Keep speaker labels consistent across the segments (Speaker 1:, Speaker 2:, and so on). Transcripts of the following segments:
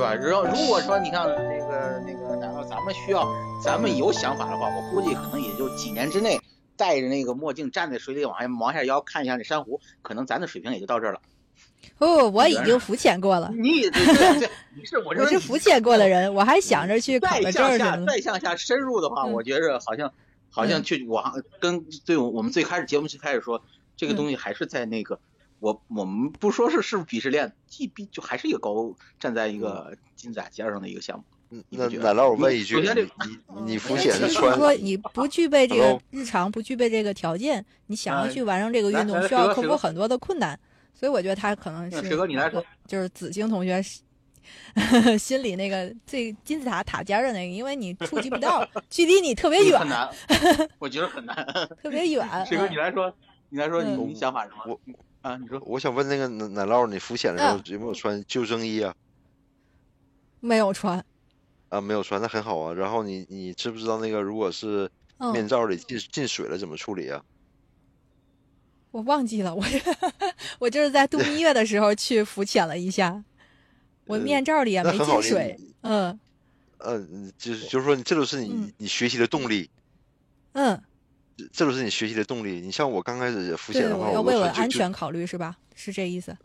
Speaker 1: 吧？然后如果说你看这个那个，然后咱们需要，咱们有想法的话，我估计可能也就几年之内，戴着那个墨镜站在水里往下往下腰看一下那珊瑚，可能咱的水平也就到这儿了。
Speaker 2: 不，哦我已经浮潜过了，
Speaker 1: 你 对对，你 是我
Speaker 2: 啊我是浮潜过的人，我还想着去考
Speaker 1: 再
Speaker 2: 个证
Speaker 1: 向
Speaker 2: 儿
Speaker 1: 下
Speaker 2: 什么的。
Speaker 1: 再向下深入的话，
Speaker 2: 嗯
Speaker 1: 我觉着好像好像去我还跟对我我们最开始节目最开始说这个东
Speaker 2: 嗯
Speaker 1: 西还是在那个。我我们不说是是不是鄙视链，既比就还是一个高站在一
Speaker 2: 嗯
Speaker 1: 个金字塔尖上的一个项目。你
Speaker 3: 那
Speaker 1: 不觉得
Speaker 3: 奶酪，我问一句，
Speaker 1: 首先这
Speaker 3: 你
Speaker 1: 个
Speaker 3: 你你浮
Speaker 2: 但
Speaker 3: 潜
Speaker 2: 其
Speaker 3: 是
Speaker 2: 实
Speaker 3: 穿
Speaker 2: 说你
Speaker 1: 啊
Speaker 2: 不具备这个
Speaker 3: Hello？
Speaker 2: 日常，不具备这个条件，你想要
Speaker 1: 哎
Speaker 2: 去完成这个
Speaker 1: 来
Speaker 2: 运动，
Speaker 1: 来
Speaker 2: 需要
Speaker 1: 蛇
Speaker 2: 克服
Speaker 1: 蛇
Speaker 2: 很多的困难，所以我觉得他可能
Speaker 1: 那
Speaker 2: 是
Speaker 1: 蛇哥你来说，
Speaker 2: 就是子星同学是 心里那个最金字塔塔尖儿的那个，因为你触及不到， 距离你特别
Speaker 1: 很
Speaker 2: 远，嗯
Speaker 1: 难， 我觉得很难。
Speaker 2: 特别远。
Speaker 1: 水哥，你来说，你来说，你
Speaker 3: 嗯
Speaker 1: 你想法是什么？
Speaker 3: 我
Speaker 1: 啊，你说
Speaker 3: 我想问那个奶奶酪，你浮潜的时候
Speaker 2: 嗯
Speaker 3: 有没有穿救生衣啊？
Speaker 2: 没有穿，
Speaker 3: 啊，没有穿，那很好啊。然后你你知不知道那个如果是面
Speaker 2: 嗯，
Speaker 3: 罩里进进水了怎么处理啊？
Speaker 2: 我忘记了，我 我就是在度蜜月的时候去浮潜了一 下，我
Speaker 3: 呃
Speaker 2: 面罩里也
Speaker 3: 那
Speaker 2: 没
Speaker 3: 很好
Speaker 2: 进
Speaker 3: 你
Speaker 2: 水，嗯
Speaker 3: 呃，你就是就是说你这就是你
Speaker 2: 嗯
Speaker 3: 你学习的动力，
Speaker 2: 嗯，
Speaker 3: 这就是你学习的动力。你像我刚开始也浮潜
Speaker 2: 对，
Speaker 3: 的话，
Speaker 2: 我要
Speaker 3: 我呃
Speaker 2: 为
Speaker 3: 都
Speaker 2: 我的
Speaker 3: 穿
Speaker 2: 安
Speaker 3: 救
Speaker 2: 全考虑是吧？是这意思？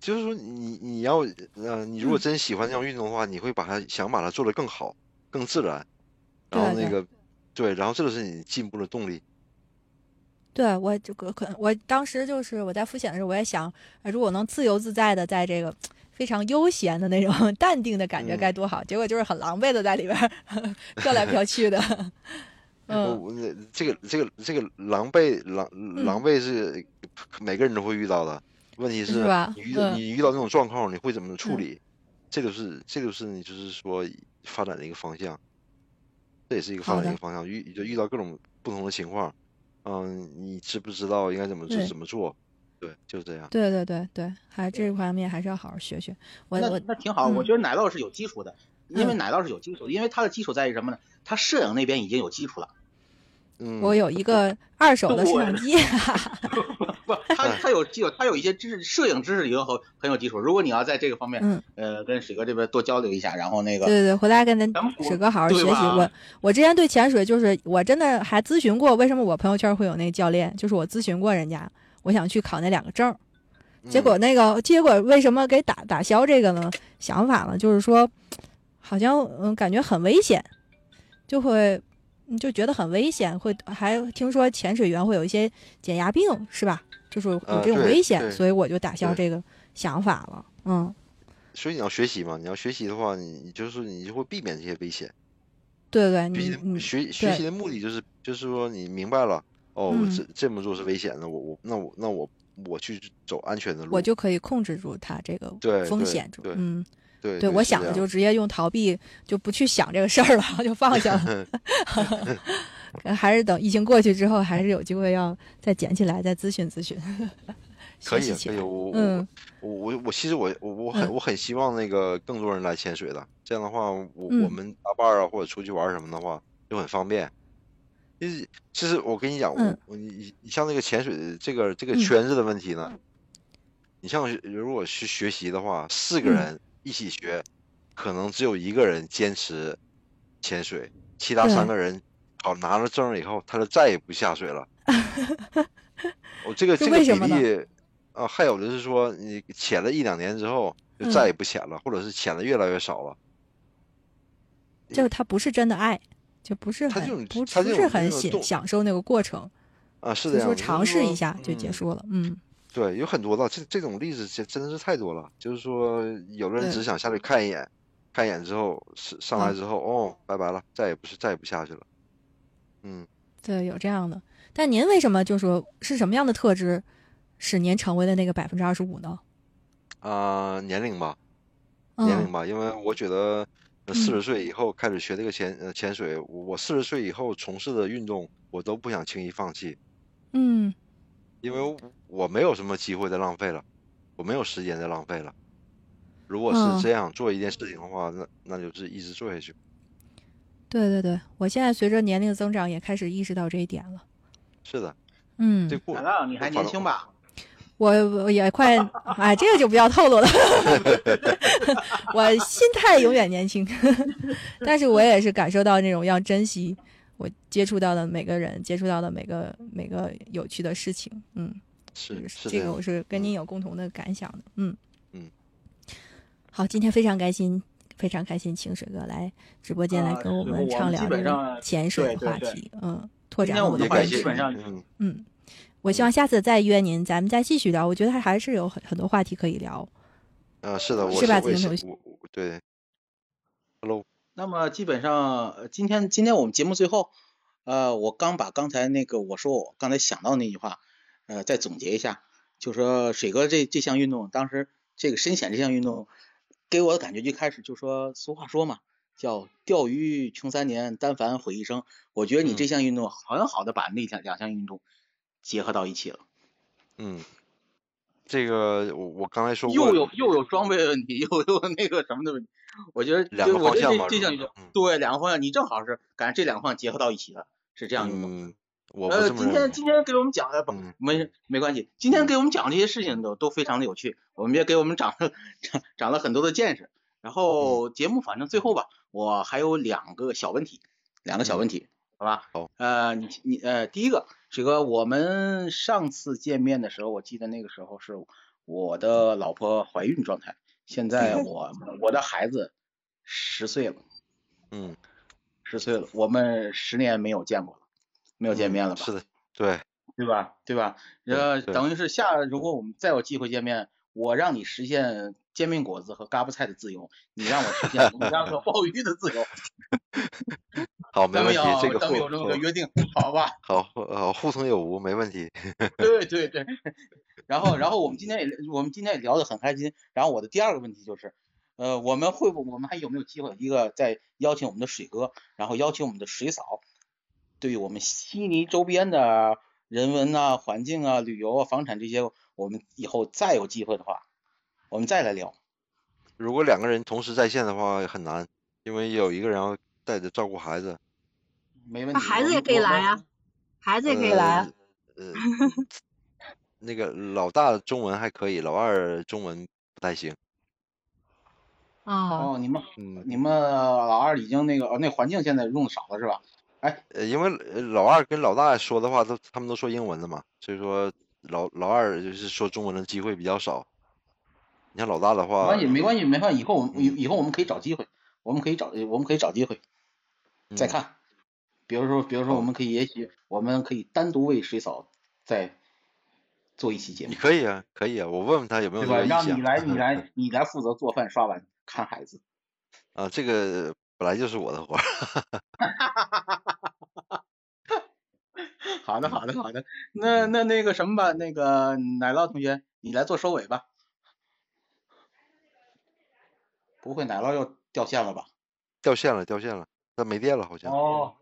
Speaker 3: 就是说你你要呃，你
Speaker 2: 嗯
Speaker 3: 如果真喜欢这项运动的话，你会把它想把它做得更好、更自然，然后
Speaker 2: 对
Speaker 3: 那
Speaker 2: 对
Speaker 3: 个对，然后这就是你进步的动力。
Speaker 2: 对，我这个可能我当时就是我在复检的时候，我也想，呃如果能自由自在的在这个非常悠闲的那种 淡定的感觉
Speaker 3: 嗯
Speaker 2: 该多好。结果就是很狼狈的在里边儿飘来飘去 的，
Speaker 3: 我
Speaker 2: 嗯，
Speaker 3: 我那这个这个这个狼狈狼狼狈是每个人都会遇到的，问题
Speaker 2: 是吧
Speaker 3: 你遇到
Speaker 2: 嗯
Speaker 3: 你遇到这种状况，你会怎么处
Speaker 2: 嗯
Speaker 3: 理？这就是这就是你就是说发展的一个方向，这也是一个发
Speaker 2: 好
Speaker 3: 展的一
Speaker 2: 的
Speaker 3: 个方向，遇就遇到各种不同的情况，嗯，你知不知道应该怎么做
Speaker 2: 对
Speaker 3: 怎么做？对，就是这样。
Speaker 2: 对对对对，还这方面还是要好好学学。我
Speaker 1: 那
Speaker 2: 我
Speaker 1: 那挺好，
Speaker 2: 嗯
Speaker 1: 我觉得奶酪是有基础的，因为
Speaker 2: 嗯
Speaker 1: 奶酪是有基础的，因为它的基础在于什么呢？它摄影那边已经有基础 了，
Speaker 3: 嗯，
Speaker 2: 我有一个二 手的摄
Speaker 1: 我
Speaker 2: 像机，
Speaker 1: 不，它它有基础，它有一些知识，摄影知识已经很很有基础。如果你要在这个方面，
Speaker 2: 嗯，
Speaker 1: 呃，跟水哥这边多交流一下，然后那
Speaker 2: 对
Speaker 1: 个
Speaker 2: 对对，回来跟
Speaker 1: 咱
Speaker 2: 咱
Speaker 1: 们国
Speaker 2: 水哥好好
Speaker 1: 对
Speaker 2: 学习。
Speaker 1: 吧
Speaker 2: 我我之前对潜水就是我真的还咨询过，为什么我朋友圈会有那教练，就是我咨询过人家，我想去考那两个证儿。
Speaker 1: 嗯
Speaker 2: 结
Speaker 3: 嗯
Speaker 2: 果那个结果为什么给打打消这个呢？想法呢，就是说，好像嗯感觉很危险，就会嗯就觉得很危险，会还听说潜水员会有一些减压病，是吧？就是有
Speaker 1: 啊
Speaker 3: 呃
Speaker 2: 这种
Speaker 3: 对
Speaker 2: 危险，
Speaker 3: 对
Speaker 2: 所以我就打消这
Speaker 3: 对
Speaker 2: 个想法了。嗯，
Speaker 3: 所以你要学习嘛，你要学习的话，你你就是你就会避免这些危险。
Speaker 2: 对对，
Speaker 3: 学习
Speaker 2: 你
Speaker 3: 的
Speaker 2: 你
Speaker 3: 学学
Speaker 2: 嗯对
Speaker 3: 习的目的就是就是说你明白了，哦，
Speaker 2: 嗯
Speaker 3: 这这么做是危险的，我我那我那我我去走安全的路，
Speaker 2: 我就可以控制住它这个
Speaker 3: 嗯对
Speaker 2: 风
Speaker 3: 对
Speaker 2: 险住。
Speaker 3: 对
Speaker 2: 嗯，
Speaker 3: 对
Speaker 2: 对，
Speaker 3: 对，
Speaker 2: 我
Speaker 3: 是
Speaker 2: 想
Speaker 3: 这
Speaker 2: 的
Speaker 3: 样
Speaker 2: 就直接用逃避，就不去想这个事儿了， 就放下 了。还是等疫情过去之后，还是有机会要再捡起来，再咨询咨询。
Speaker 3: 可
Speaker 2: 学
Speaker 3: 以
Speaker 2: 习
Speaker 3: 啊
Speaker 2: 起
Speaker 3: 可以
Speaker 2: 来
Speaker 3: 啊，我我
Speaker 2: 嗯
Speaker 3: 我我我其实我我我很
Speaker 2: 嗯
Speaker 3: 我很希望那个更多人来潜水的，这样的话我我
Speaker 2: 嗯
Speaker 3: 们搭伴儿啊或者出去玩儿什么的话就很方便。其实其实我跟你讲，我
Speaker 2: 嗯
Speaker 3: 我你你像那个潜水的这个这个
Speaker 2: 嗯
Speaker 3: 圈子的问题呢，你像是如果去学习的话，四个
Speaker 2: 嗯
Speaker 3: 人一起学，可能只有一个人坚持潜水，其他
Speaker 2: 对
Speaker 3: 三个人好拿了证儿以后，他就再也不下 水了。我这个
Speaker 2: 是
Speaker 3: 这个
Speaker 2: 为
Speaker 3: 比
Speaker 2: 什么呢
Speaker 3: 例啊，还有的是说你潜了一两年之后就再也
Speaker 2: 嗯
Speaker 3: 不潜了，或者是潜的越来越少了。
Speaker 2: 就是他不是真的爱，就不是
Speaker 3: 他
Speaker 2: 很
Speaker 3: 这种
Speaker 2: 不
Speaker 3: 他
Speaker 2: 不
Speaker 3: 这
Speaker 2: 是
Speaker 3: 种
Speaker 2: 很
Speaker 3: 这种
Speaker 2: 享
Speaker 3: 动
Speaker 2: 享受那个过程，
Speaker 3: 啊，是
Speaker 2: 就
Speaker 3: 这
Speaker 2: 说
Speaker 3: 样，
Speaker 2: 尝试一下就
Speaker 3: 就
Speaker 2: 结
Speaker 3: 是说嗯
Speaker 2: 束了。嗯，
Speaker 3: 对，有很多的，这这种例子真真的是太多了。就是说，有的人只
Speaker 2: 对
Speaker 3: 想下去看一眼，看一眼之后是上来
Speaker 2: 嗯
Speaker 3: 之后，哦，拜拜了，再也不是再也不下去了。嗯，
Speaker 2: 对，有这样的。但您为什么就说是什么样的特质，使您成为了那个百分之二十五呢？
Speaker 3: 啊、年龄吧，年龄
Speaker 2: 嗯
Speaker 3: 吧，因为我觉得呃
Speaker 2: 嗯
Speaker 3: 四十岁以后开始学这个潜呃潜水，我四十岁以后从事的运动，我都不想轻易放弃，
Speaker 2: 嗯，
Speaker 3: 因为我没有什么机会再浪费了，我没有时间再浪费了。如果是
Speaker 2: 嗯
Speaker 3: 这样做一件事情的话，那那就是一直做下去。
Speaker 2: 对对对，我现在随着年龄增长，也开始意识到这一点了。
Speaker 3: 是的，
Speaker 2: 嗯，
Speaker 3: 这过
Speaker 1: 奶酪，你还
Speaker 3: 反
Speaker 1: 年
Speaker 3: 正
Speaker 1: 轻吧？
Speaker 2: 我我也快哎，这个就不要透露了。 我心态永远年轻， 但是我也是感受到那种要珍惜我接触到的每个人，接触到的每个每个有趣的事情。嗯，
Speaker 3: 是是
Speaker 2: 这个
Speaker 3: 样
Speaker 2: 我是跟您有共同的感想的。嗯
Speaker 3: 嗯，
Speaker 2: 好，今天非常开心，非常开心，请水哥来直播间来
Speaker 1: 啊
Speaker 2: 跟我
Speaker 1: 是我
Speaker 2: 们
Speaker 1: 们
Speaker 2: 畅聊
Speaker 1: 基
Speaker 2: 这
Speaker 1: 本
Speaker 2: 个
Speaker 1: 上
Speaker 2: 潜水
Speaker 1: 对对
Speaker 2: 话
Speaker 1: 对
Speaker 2: 题。嗯，拓
Speaker 1: 今
Speaker 2: 展
Speaker 1: 天我
Speaker 2: 们
Speaker 1: 们
Speaker 2: 的
Speaker 3: 也
Speaker 1: 话
Speaker 2: 话
Speaker 3: 感
Speaker 1: 题
Speaker 2: 题
Speaker 1: 基。本上
Speaker 3: 嗯，
Speaker 2: 嗯，我希望下次再约您，咱们再继续聊。我觉得还还是有很很多话题可以聊。
Speaker 3: 啊，是的，我
Speaker 2: 是吧
Speaker 3: 我也
Speaker 2: 子英
Speaker 3: 是
Speaker 2: 同
Speaker 3: 我我对，Hello，
Speaker 1: 那么基本上呃今天今天我们节目最后，呃，我刚把刚才那个我说我刚才想到那句话，呃，再总结一下，就说水哥这这项运动，当时这个深潜这项运动，给我的感觉一开始就说俗话说嘛，叫钓鱼穷三年，单反毁一生。我觉得你这项运动很好的把那两两项运动结合到一起了，
Speaker 3: 嗯，这个我我刚才说过
Speaker 1: 又有又有装备问题， 又有那个什么的问题，我觉得
Speaker 3: 两
Speaker 1: 就
Speaker 3: 个
Speaker 1: 我
Speaker 3: 方
Speaker 1: 这
Speaker 3: 向
Speaker 1: 这
Speaker 3: 嘛，
Speaker 1: 这
Speaker 3: 是嗯
Speaker 1: 项运
Speaker 3: 吧
Speaker 1: 动。对，两个方向，你正好是赶上这两个方向结合到一起的，是这样运动。
Speaker 3: 嗯，嗯我不
Speaker 1: 呃，
Speaker 3: 这么
Speaker 1: 今
Speaker 3: 认为
Speaker 1: 天，今天给我们讲的不、
Speaker 3: 嗯
Speaker 1: 没事没关系，今天给我们讲这些事情都都非常的有趣，我们也给我们长了长长了很多的见识。然后节目反正最后吧，我还有两个小问题，两个小问题，好吧？
Speaker 3: 好。
Speaker 1: 呃，你你呃，第一个，这个我们上次见面的时候，我记得那个时候是我的老婆怀孕状态，现在我我的孩子十岁了，
Speaker 3: 嗯，
Speaker 1: 十岁了，我们十年没有见过了，没有见
Speaker 3: 嗯
Speaker 1: 面了吧？
Speaker 3: 是的，对，
Speaker 1: 对吧？对吧？
Speaker 3: 对
Speaker 1: 呃，
Speaker 3: 对
Speaker 1: 等于是下，如果我们再有机会见面，我让你实现煎饼果子和嘎巴菜的自由，你让我实现你让我 鲍鱼的自由，
Speaker 3: 好，没
Speaker 1: 咱们
Speaker 3: 问题，
Speaker 1: 要
Speaker 3: 这个
Speaker 1: 咱
Speaker 3: 互
Speaker 1: 们有这么个
Speaker 3: 互
Speaker 1: 约定，好吧？
Speaker 3: 好好互通有无，没问题，
Speaker 1: 对对对。然后，然后我们今天也我们今天也聊得很开心。然后我的第二个问题就是，呃，我们会不我们还有没有机会一个再邀请我们的水哥，然后邀请我们的水嫂，对于我们悉尼周边的人文啊、环境啊、旅游啊、房产这些，我们以后再有机会的话，我们再来聊。
Speaker 3: 如果两个人同时在线的话很难，因为有一个人要带着照顾孩子，
Speaker 1: 没问
Speaker 4: 那
Speaker 1: 题。
Speaker 4: 孩
Speaker 1: 我
Speaker 4: 子也
Speaker 1: 们
Speaker 4: 可以
Speaker 1: 我
Speaker 4: 来
Speaker 1: 们
Speaker 4: 啊，孩子也可以来啊。
Speaker 3: 呃， 呃那个老大中文还可以，老二中文不太行，
Speaker 4: 啊，
Speaker 1: 哦，你们
Speaker 3: 嗯，
Speaker 1: 你们老二已经那个哦那环境现在用的少了是吧？
Speaker 3: 呃，因为呃老二跟老大说的话都他们都说英文的嘛，所以说老老二就是说中文的机会比较少。你像老大的
Speaker 1: 没
Speaker 3: 话，
Speaker 1: 关系，没关系，没关系。以后我们以
Speaker 3: 嗯
Speaker 1: 以后我们可以找机会，我们可以找我们可以找机会再
Speaker 3: 嗯
Speaker 1: 看。比如说，比如说，
Speaker 3: 好
Speaker 1: 我们可以也许我们可以单独为水嫂再做一期节目
Speaker 3: 你，可以啊，可以啊，我问问他有没有
Speaker 1: 对
Speaker 3: 这
Speaker 1: 吧？
Speaker 3: 个意
Speaker 1: 让你
Speaker 3: 向
Speaker 1: 来，你 来，你来负责做饭、刷碗、看孩子。
Speaker 3: 啊，这个本来就是我的活儿，
Speaker 1: 好的，好的，好的。那那那个什么吧，那个奶酪同学，你来做收尾吧。不会，奶酪又掉线了吧？
Speaker 3: 掉线了，掉线了，他没电了好像。
Speaker 1: 哦，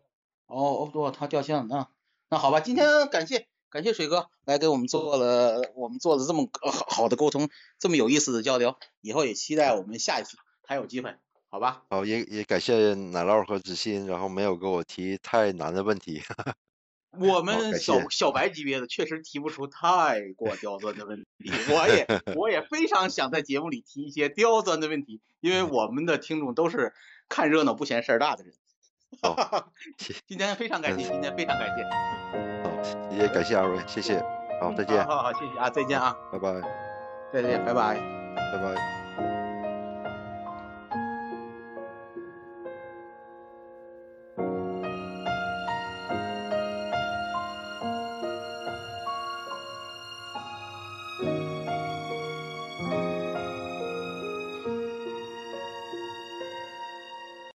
Speaker 1: 哦，哦，他掉线了啊。那好吧，今天感谢感谢水哥来给我们做了我们做了这么个好好的沟通，这么有意思的交流，以后也期待我们下一次还有机会，好吧？
Speaker 3: 好，哦也也感谢奶酪和子欣，然后没有给我提太难的问题。
Speaker 1: 我
Speaker 3: 好
Speaker 1: 们
Speaker 3: 感
Speaker 1: 小
Speaker 3: 谢
Speaker 1: 小白级别的确实提不出太过刁钻的问题，我 也我也非常想在节目里提一些刁钻的问题，因为我们的听众都是看热闹不嫌事儿大的人。
Speaker 3: 好 谢
Speaker 1: 今天非常感谢，今天非常感谢，
Speaker 3: 也感谢二位，嗯谢谢。好，再见，
Speaker 1: 好好好，谢谢啊，再见啊，
Speaker 3: 拜拜，
Speaker 1: 再见，拜拜。
Speaker 3: 拜拜。